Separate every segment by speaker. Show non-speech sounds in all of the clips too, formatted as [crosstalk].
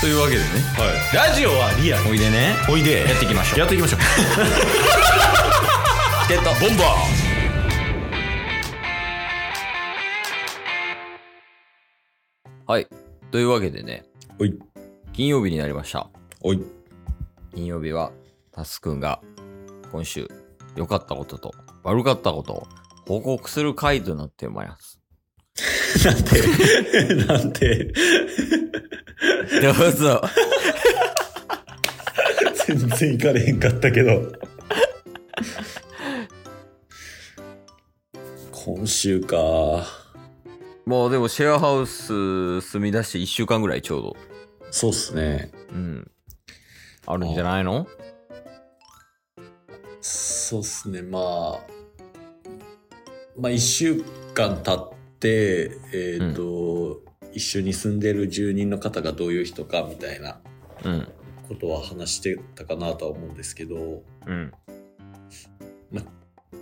Speaker 1: というわけでね
Speaker 2: ラジオはリアル
Speaker 1: おいでね
Speaker 2: おいで
Speaker 1: やっていきましょう
Speaker 2: やっていきましょう
Speaker 1: チケットボンバーはいというわけでね
Speaker 2: おい
Speaker 1: 金曜日になりました
Speaker 2: おい
Speaker 1: 金曜日はタスくんが今週良かったことと悪かったことを報告する回となってまいります。
Speaker 2: なんてなんて
Speaker 1: どうぞ。
Speaker 2: 全然いかれへんかったけど今週か
Speaker 1: [laughs] もうでもシェアハウス住み出して1週間ぐらいちょうど。
Speaker 2: そうっすね
Speaker 1: うん。あるんじゃないの
Speaker 2: そうっすねまあまあ1週間経ってえっ、と、一緒に住んでる住人の方がどういう人かみたいな
Speaker 1: うん。
Speaker 2: ことは話してたかなとは思うんですけど
Speaker 1: うん。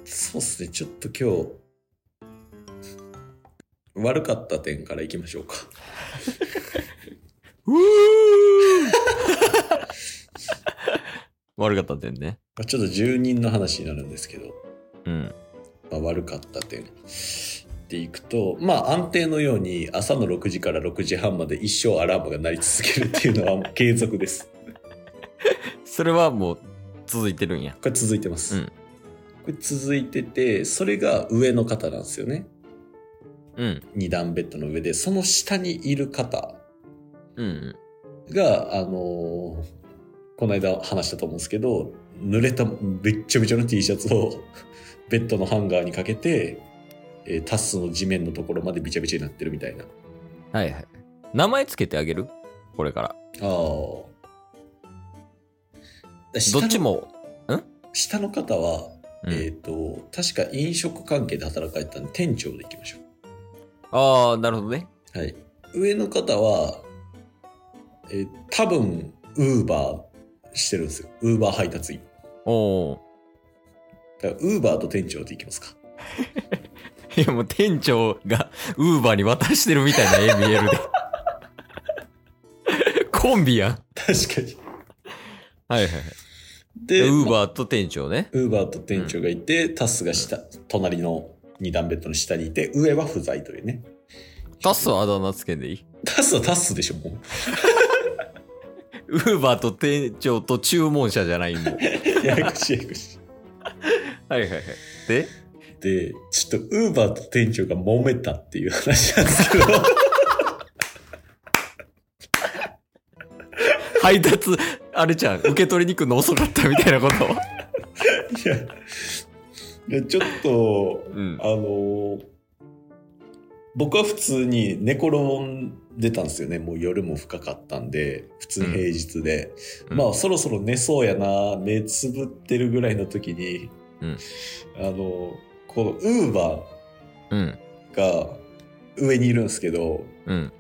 Speaker 2: そうっすね、ちょっと今日、悪かった点からいきましょうか。
Speaker 1: [laughs] 悪かった点ね。
Speaker 2: まあちょっと住人の話になるんですけど、
Speaker 1: うん。
Speaker 2: まあ、悪かった点でいくと、まあ安定のように朝の6時から6時半まで一生アラームが鳴り続けるっていう
Speaker 1: [laughs]
Speaker 2: のは継続です。
Speaker 1: それはもう続いてるんや。
Speaker 2: これ続いてます。
Speaker 1: うん
Speaker 2: これ続いてて、それが上の方なんですよね。
Speaker 1: うん。
Speaker 2: 二段ベッドの上で、その下にいる方
Speaker 1: うんうん。
Speaker 2: が、あのーこの間話したと思うんですけど、濡れた、べっちょべちょの T シャツを [laughs] ベッドのハンガーにかけて、えータスの地面のところまでびちゃびちゃになってるみたいな。あ
Speaker 1: はいはい。名前つけてあげるこれから。
Speaker 2: あ。
Speaker 1: どっち。も。
Speaker 2: 下の方は、
Speaker 1: うん
Speaker 2: えっ、と、確か飲食関係で働かれてたんで、店長で行きましょ
Speaker 1: ああ、なるほどね。
Speaker 2: う。はい。上の方は、えー多分、ウーバーしてるんですよ。ウーバー配達員。
Speaker 1: おお。
Speaker 2: だから、ウーバーと店長で行きますか。
Speaker 1: [laughs] いやもう店長がウーバーに渡してるみたいな絵見えるで。 [laughs] コンビやん。
Speaker 2: 確かに。
Speaker 1: はいはいはい。
Speaker 2: で、
Speaker 1: ウー
Speaker 2: まあ
Speaker 1: バーと店長ね。
Speaker 2: ウーバーと店長がいて、タスが下、隣の二段ベッドの下にいて、上は不在というね。
Speaker 1: タスはあだ名つけんでいい
Speaker 2: タスはタスでしょ、もう。
Speaker 1: ウーバーと店長と注文者じゃないんで。はい
Speaker 2: ややこしいややこしい。
Speaker 1: [laughs] はいはい。で
Speaker 2: で、ちょっとウーバーと店長が揉めたっていう話なんですけど、
Speaker 1: 配達、あれじゃん、受け取りに行くの遅かったみたいなこと。
Speaker 2: いや、いやちょっと、
Speaker 1: うん。
Speaker 2: あの、僕は普通に寝転んでたんですよね。もう夜も深かったんで、普通に平日で。まあそろそろ寝そうやな目つぶってるぐらいの時に、
Speaker 1: うん
Speaker 2: あのこのウーバ
Speaker 1: うん。
Speaker 2: ーが上にいるんですけど
Speaker 1: うん。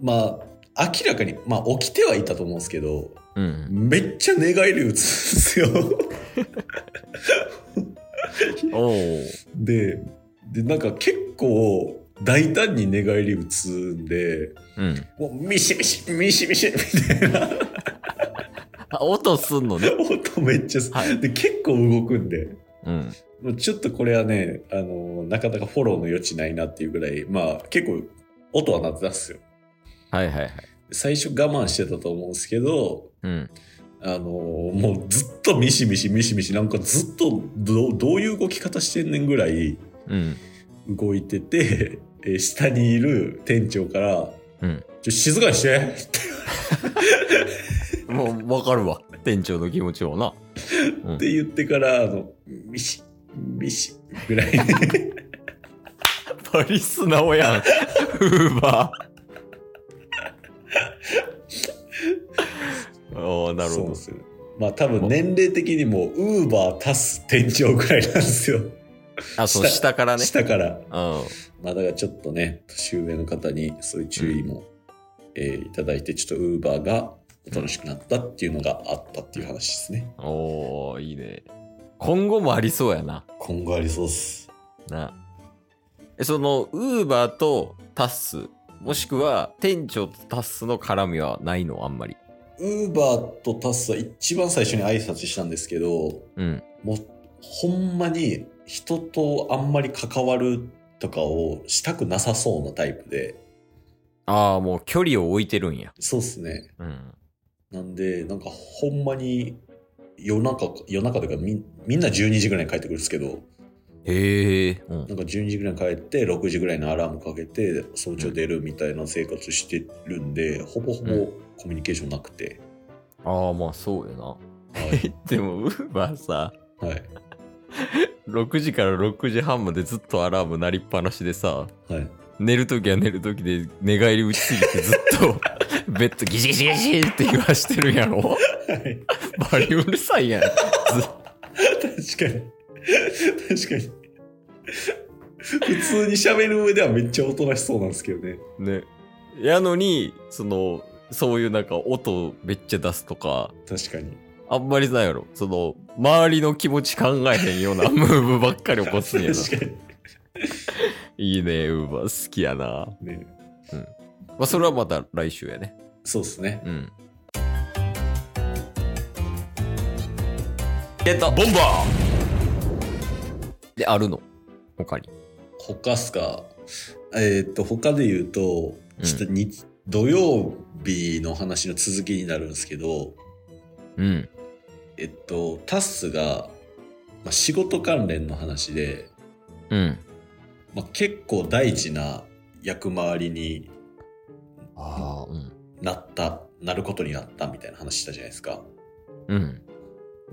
Speaker 2: まあ明らかに、まあ、起きてはいたと思うんですけど
Speaker 1: うん。
Speaker 2: めっちゃ寝返り打つんですよ
Speaker 1: おー
Speaker 2: ででなんか結構大胆に寝返り打つんで
Speaker 1: うん。
Speaker 2: もうミシミシミシミシみたいな
Speaker 1: あ、音すんのね。
Speaker 2: 音めっちゃす、
Speaker 1: はい
Speaker 2: で結構動くんで
Speaker 1: うん。
Speaker 2: もうちょっとこれはね、あの、なかなかフォローの余地ないなっていうぐらい、まあ結構音は鳴ってたっすよ。
Speaker 1: はいはいはい。
Speaker 2: 最初我慢してたと思うんですけど、
Speaker 1: うん。
Speaker 2: あの、もうずっとミシミシミシミシ、なんかずっとどどういう動き方してんねんぐらい
Speaker 1: うん。
Speaker 2: 動いてて、えー下にいる店長から、
Speaker 1: うん。
Speaker 2: ちょ、静かにしてって
Speaker 1: もう、わかるわ。店長の気持ちをな。
Speaker 2: 言ってから、あの、ミシ、ミシぐらい、
Speaker 1: パリ素直やん。ウーバー。ああ、なる
Speaker 2: そう
Speaker 1: ほ
Speaker 2: なん
Speaker 1: ど
Speaker 2: で。すよ。まあ多分年齢的にもウーバー足す店長ぐらいなんですよ。
Speaker 1: あ、そう、下
Speaker 2: 下
Speaker 1: からね。
Speaker 2: 下から。
Speaker 1: うん。
Speaker 2: まあ、だからちょっとね、年上の方にそういう注意も、えーいただいて、ちょっとウーバーがおとなしくなったっていうのがあったっていう話ですね。
Speaker 1: おー、いいね。今後もありそうやな。
Speaker 2: 今後ありそうっす。
Speaker 1: な。え、その、ウーバーとタッスもしくは、店長とタッスの絡みはないの、あんまり。
Speaker 2: ウーバーとタスは一番最初に挨拶したんですけど、
Speaker 1: うん。
Speaker 2: もうほんまに人とあんまり関わるとかをしたくなさそうなタイプで、
Speaker 1: ああ、もう距離を置いてるんや。
Speaker 2: そうっすね。
Speaker 1: うん。
Speaker 2: なんで、なんかほんまに夜中、夜中というかみみんな12時ぐらいに帰ってくるんですけど、
Speaker 1: へえ。うん
Speaker 2: なんか12時ぐらいに帰って6時ぐらいのアラームかけて早朝出るみたいな生活してるんで、ほぼほぼ
Speaker 1: うん
Speaker 2: コミュニケーションなくて、
Speaker 1: ああ、まあそうよ
Speaker 2: は
Speaker 1: [laughs] な。でも、ウーバーさ、
Speaker 2: い、はい、
Speaker 1: 6時から6時半までずっとアラーム鳴りっぱなしでさ、
Speaker 2: [laughs] はい。
Speaker 1: 寝るときは寝るときで寝返り打ちすぎてずっ [laughs] とベッドギシギシギシって言わしてるんやろ
Speaker 2: はい
Speaker 1: バリうるさいや [laughs] ん。ず
Speaker 2: 確かに。確かに。普通に喋る上ではめっちゃおとなしそうなんですけどね。
Speaker 1: ね。やのに、その、そういうなんか音をめっちゃ出すとか、
Speaker 2: 確かに。
Speaker 1: あんまりないやろ。その、周りの気持ち考えへんような [laughs] ムーブばっかり起こすんやな。
Speaker 2: 確かに。
Speaker 1: いいね、ウーバー好きやな。
Speaker 2: ね、
Speaker 1: まあそれはまた来週やね。
Speaker 2: そうですね。
Speaker 1: うん。ゲットボンバーで、あるの他に。
Speaker 2: 他っすか。えーっと、他で言うと、
Speaker 1: うん
Speaker 2: ちょっと日、土曜日の話の続きになるんですけど、
Speaker 1: うん。
Speaker 2: えっと、タッスが、まあ、仕事関連の話で、
Speaker 1: うん。
Speaker 2: まあ、結構大事な役回りに
Speaker 1: ああ、うん。
Speaker 2: なった、なることになったみたいな話したじゃないですか。
Speaker 1: うん。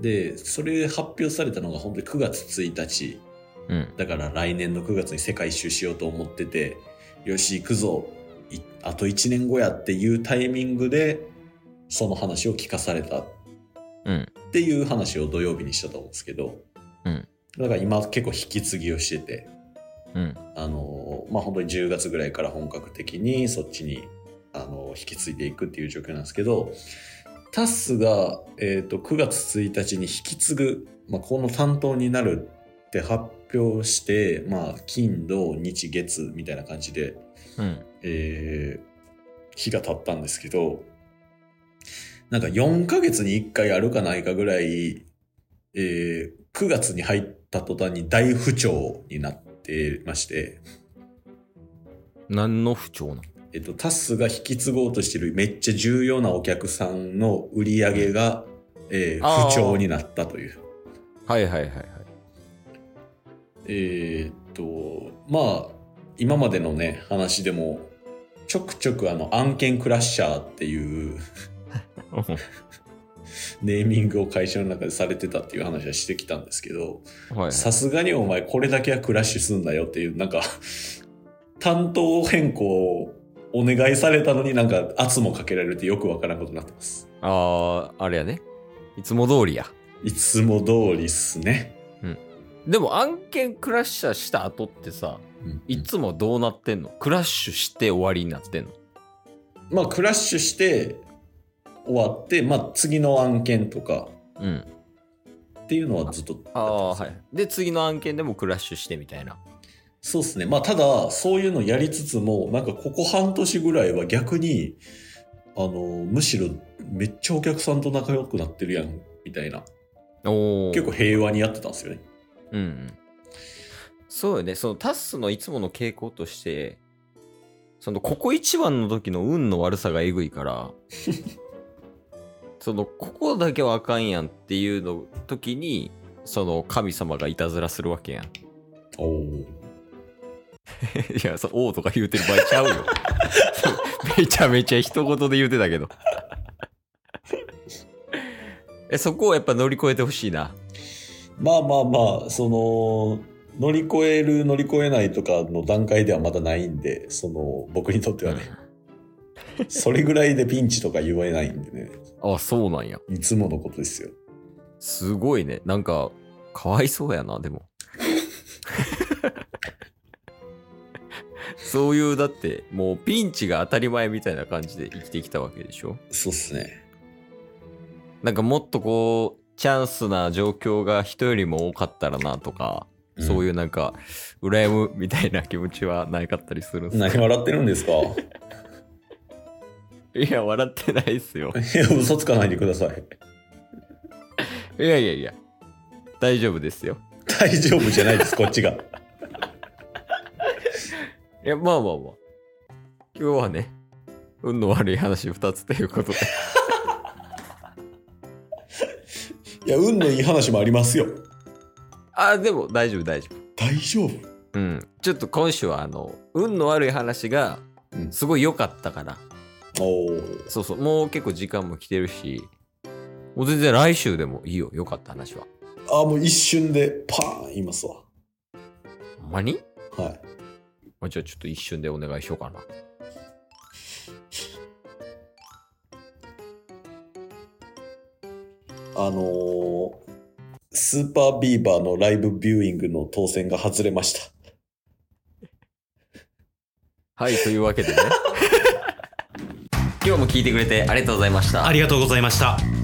Speaker 2: でそれ発表されたのが本当に9月1日
Speaker 1: うん。
Speaker 2: だから来年の9月に世界一周しようと思っててよし行くぞいあと1年後やっていうタイミングでその話を聞かされたっ
Speaker 1: うん。
Speaker 2: ていう話を土曜日にしたと思うんですけど、
Speaker 1: うん
Speaker 2: だから今結構引き継ぎをしてて
Speaker 1: うん。
Speaker 2: あのまあ本当に10月ぐらいから本格的にそっちにあの引き継いでいくっていう状況なんですけどタスが、えー、と9月1日に引き継ぐ、まあ、この担当になるって発表して、まあ、金土日月みたいな感じで、
Speaker 1: うん。
Speaker 2: えー日が経ったんですけどなんか4ヶ月に1回あるかないかぐらい、え9月に入った途端に大不調になってまして。
Speaker 1: 何の不調なの
Speaker 2: えっと、タスが引き継ごうとしてるめっちゃ重要なお客さんの売り上げが、えー
Speaker 1: あー
Speaker 2: 不調になったという。
Speaker 1: はいはい [laughs] はいはい。
Speaker 2: えーっと、まあ、今までのね、話でも、ちょくちょくあの、案件クラッシャーっていうネーミングを会社の中でされてたっていう話はしてきたんですけど、
Speaker 1: はい。
Speaker 2: さすがにお前これだけはクラッシュすんだよっていう、なんか、担当変更をお願いされたのになんか圧もかけられるってよくわからんことになってます。
Speaker 1: ああ、あれやね。いつも通りや。
Speaker 2: いつも通りっすね。
Speaker 1: でも案件クラッシャーした後ってさ、いつもどうなってんのクラッシュして終わりになってんの
Speaker 2: まあ、クラッシュして終わって、まあ、次の案件とか
Speaker 1: うん。
Speaker 2: っていうのはずっとやって
Speaker 1: あ
Speaker 2: ます
Speaker 1: あ、はい。で、次の案件でもクラッシュしてみたいな。
Speaker 2: そうですね。まあ、ただ、そういうのやりつつも、なんかここ半年ぐらいは逆に、あの、むしろめっちゃお客さんと仲良くなってるやん、みたいな。
Speaker 1: おお。
Speaker 2: 結構平和にやってたんですよね。
Speaker 1: うんうん。そうよね。そのタッスのいつもの傾向として、そのここ一番の時の運の悪さがえぐい [laughs] から、そのここだけはあかんやんっていうの時に、その神様がいたずらするわけやん。い
Speaker 2: おお。
Speaker 1: や、そう王とか言うてる場合ちゃうよ。 [laughs] めちゃめちゃ一言で言うてたけど。えそこをやっぱ乗り越えてほしいな。
Speaker 2: まあまあまあ、その、乗り越える、乗り越えないとかの段階ではまだないんで、その、僕にとってはね。それぐらいでピンチとか言えないんでね。
Speaker 1: うんあ、そうなんや。
Speaker 2: いつものことですよ。
Speaker 1: すごいね。なんか、かわいそうやな、でも。そういう、だって、もうピンチが当たり前みたいな感じで生きてきたわけでしょ
Speaker 2: そうっすね。
Speaker 1: なんかもっとこう、チャンスな状況が人よりも多かったらなとか、そう
Speaker 2: い
Speaker 1: いうなんか、羨むみたいな気持ちはなかったりするん
Speaker 2: う
Speaker 1: す
Speaker 2: ん。
Speaker 1: か
Speaker 2: [laughs] 何笑ってるんですか
Speaker 1: いや、笑ってないっすよ。
Speaker 2: いや嘘つかないでください。
Speaker 1: いやいやいや、大丈夫ですよ。
Speaker 2: 大丈夫じゃないです、こっちが。
Speaker 1: いや、まあまあまあ。今日はね、運の悪い話2つということ [laughs] で。
Speaker 2: いや、運のいい話もありますよ。
Speaker 1: あ、でも大丈夫大丈
Speaker 2: 大丈夫
Speaker 1: 夫。うん。ちょっと今週は、あの、運の悪い話が
Speaker 2: うん
Speaker 1: すごい良かったから、
Speaker 2: おー
Speaker 1: そうそう、もう結構時間も来てるし、もう全然来週でもいいよ、良かった話は。
Speaker 2: あ、もう一瞬でパーン言いますわ。
Speaker 1: ほんまに
Speaker 2: はい。
Speaker 1: まあじゃあちょっと一瞬でお願いしようかな。
Speaker 2: あのースーパービーバーのライブビューイングの当選が外れました。
Speaker 1: はい、というわけでね。 [laughs] 今日も聞いてくれてありがとうございました
Speaker 3: あ。りがとうございました。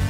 Speaker 3: す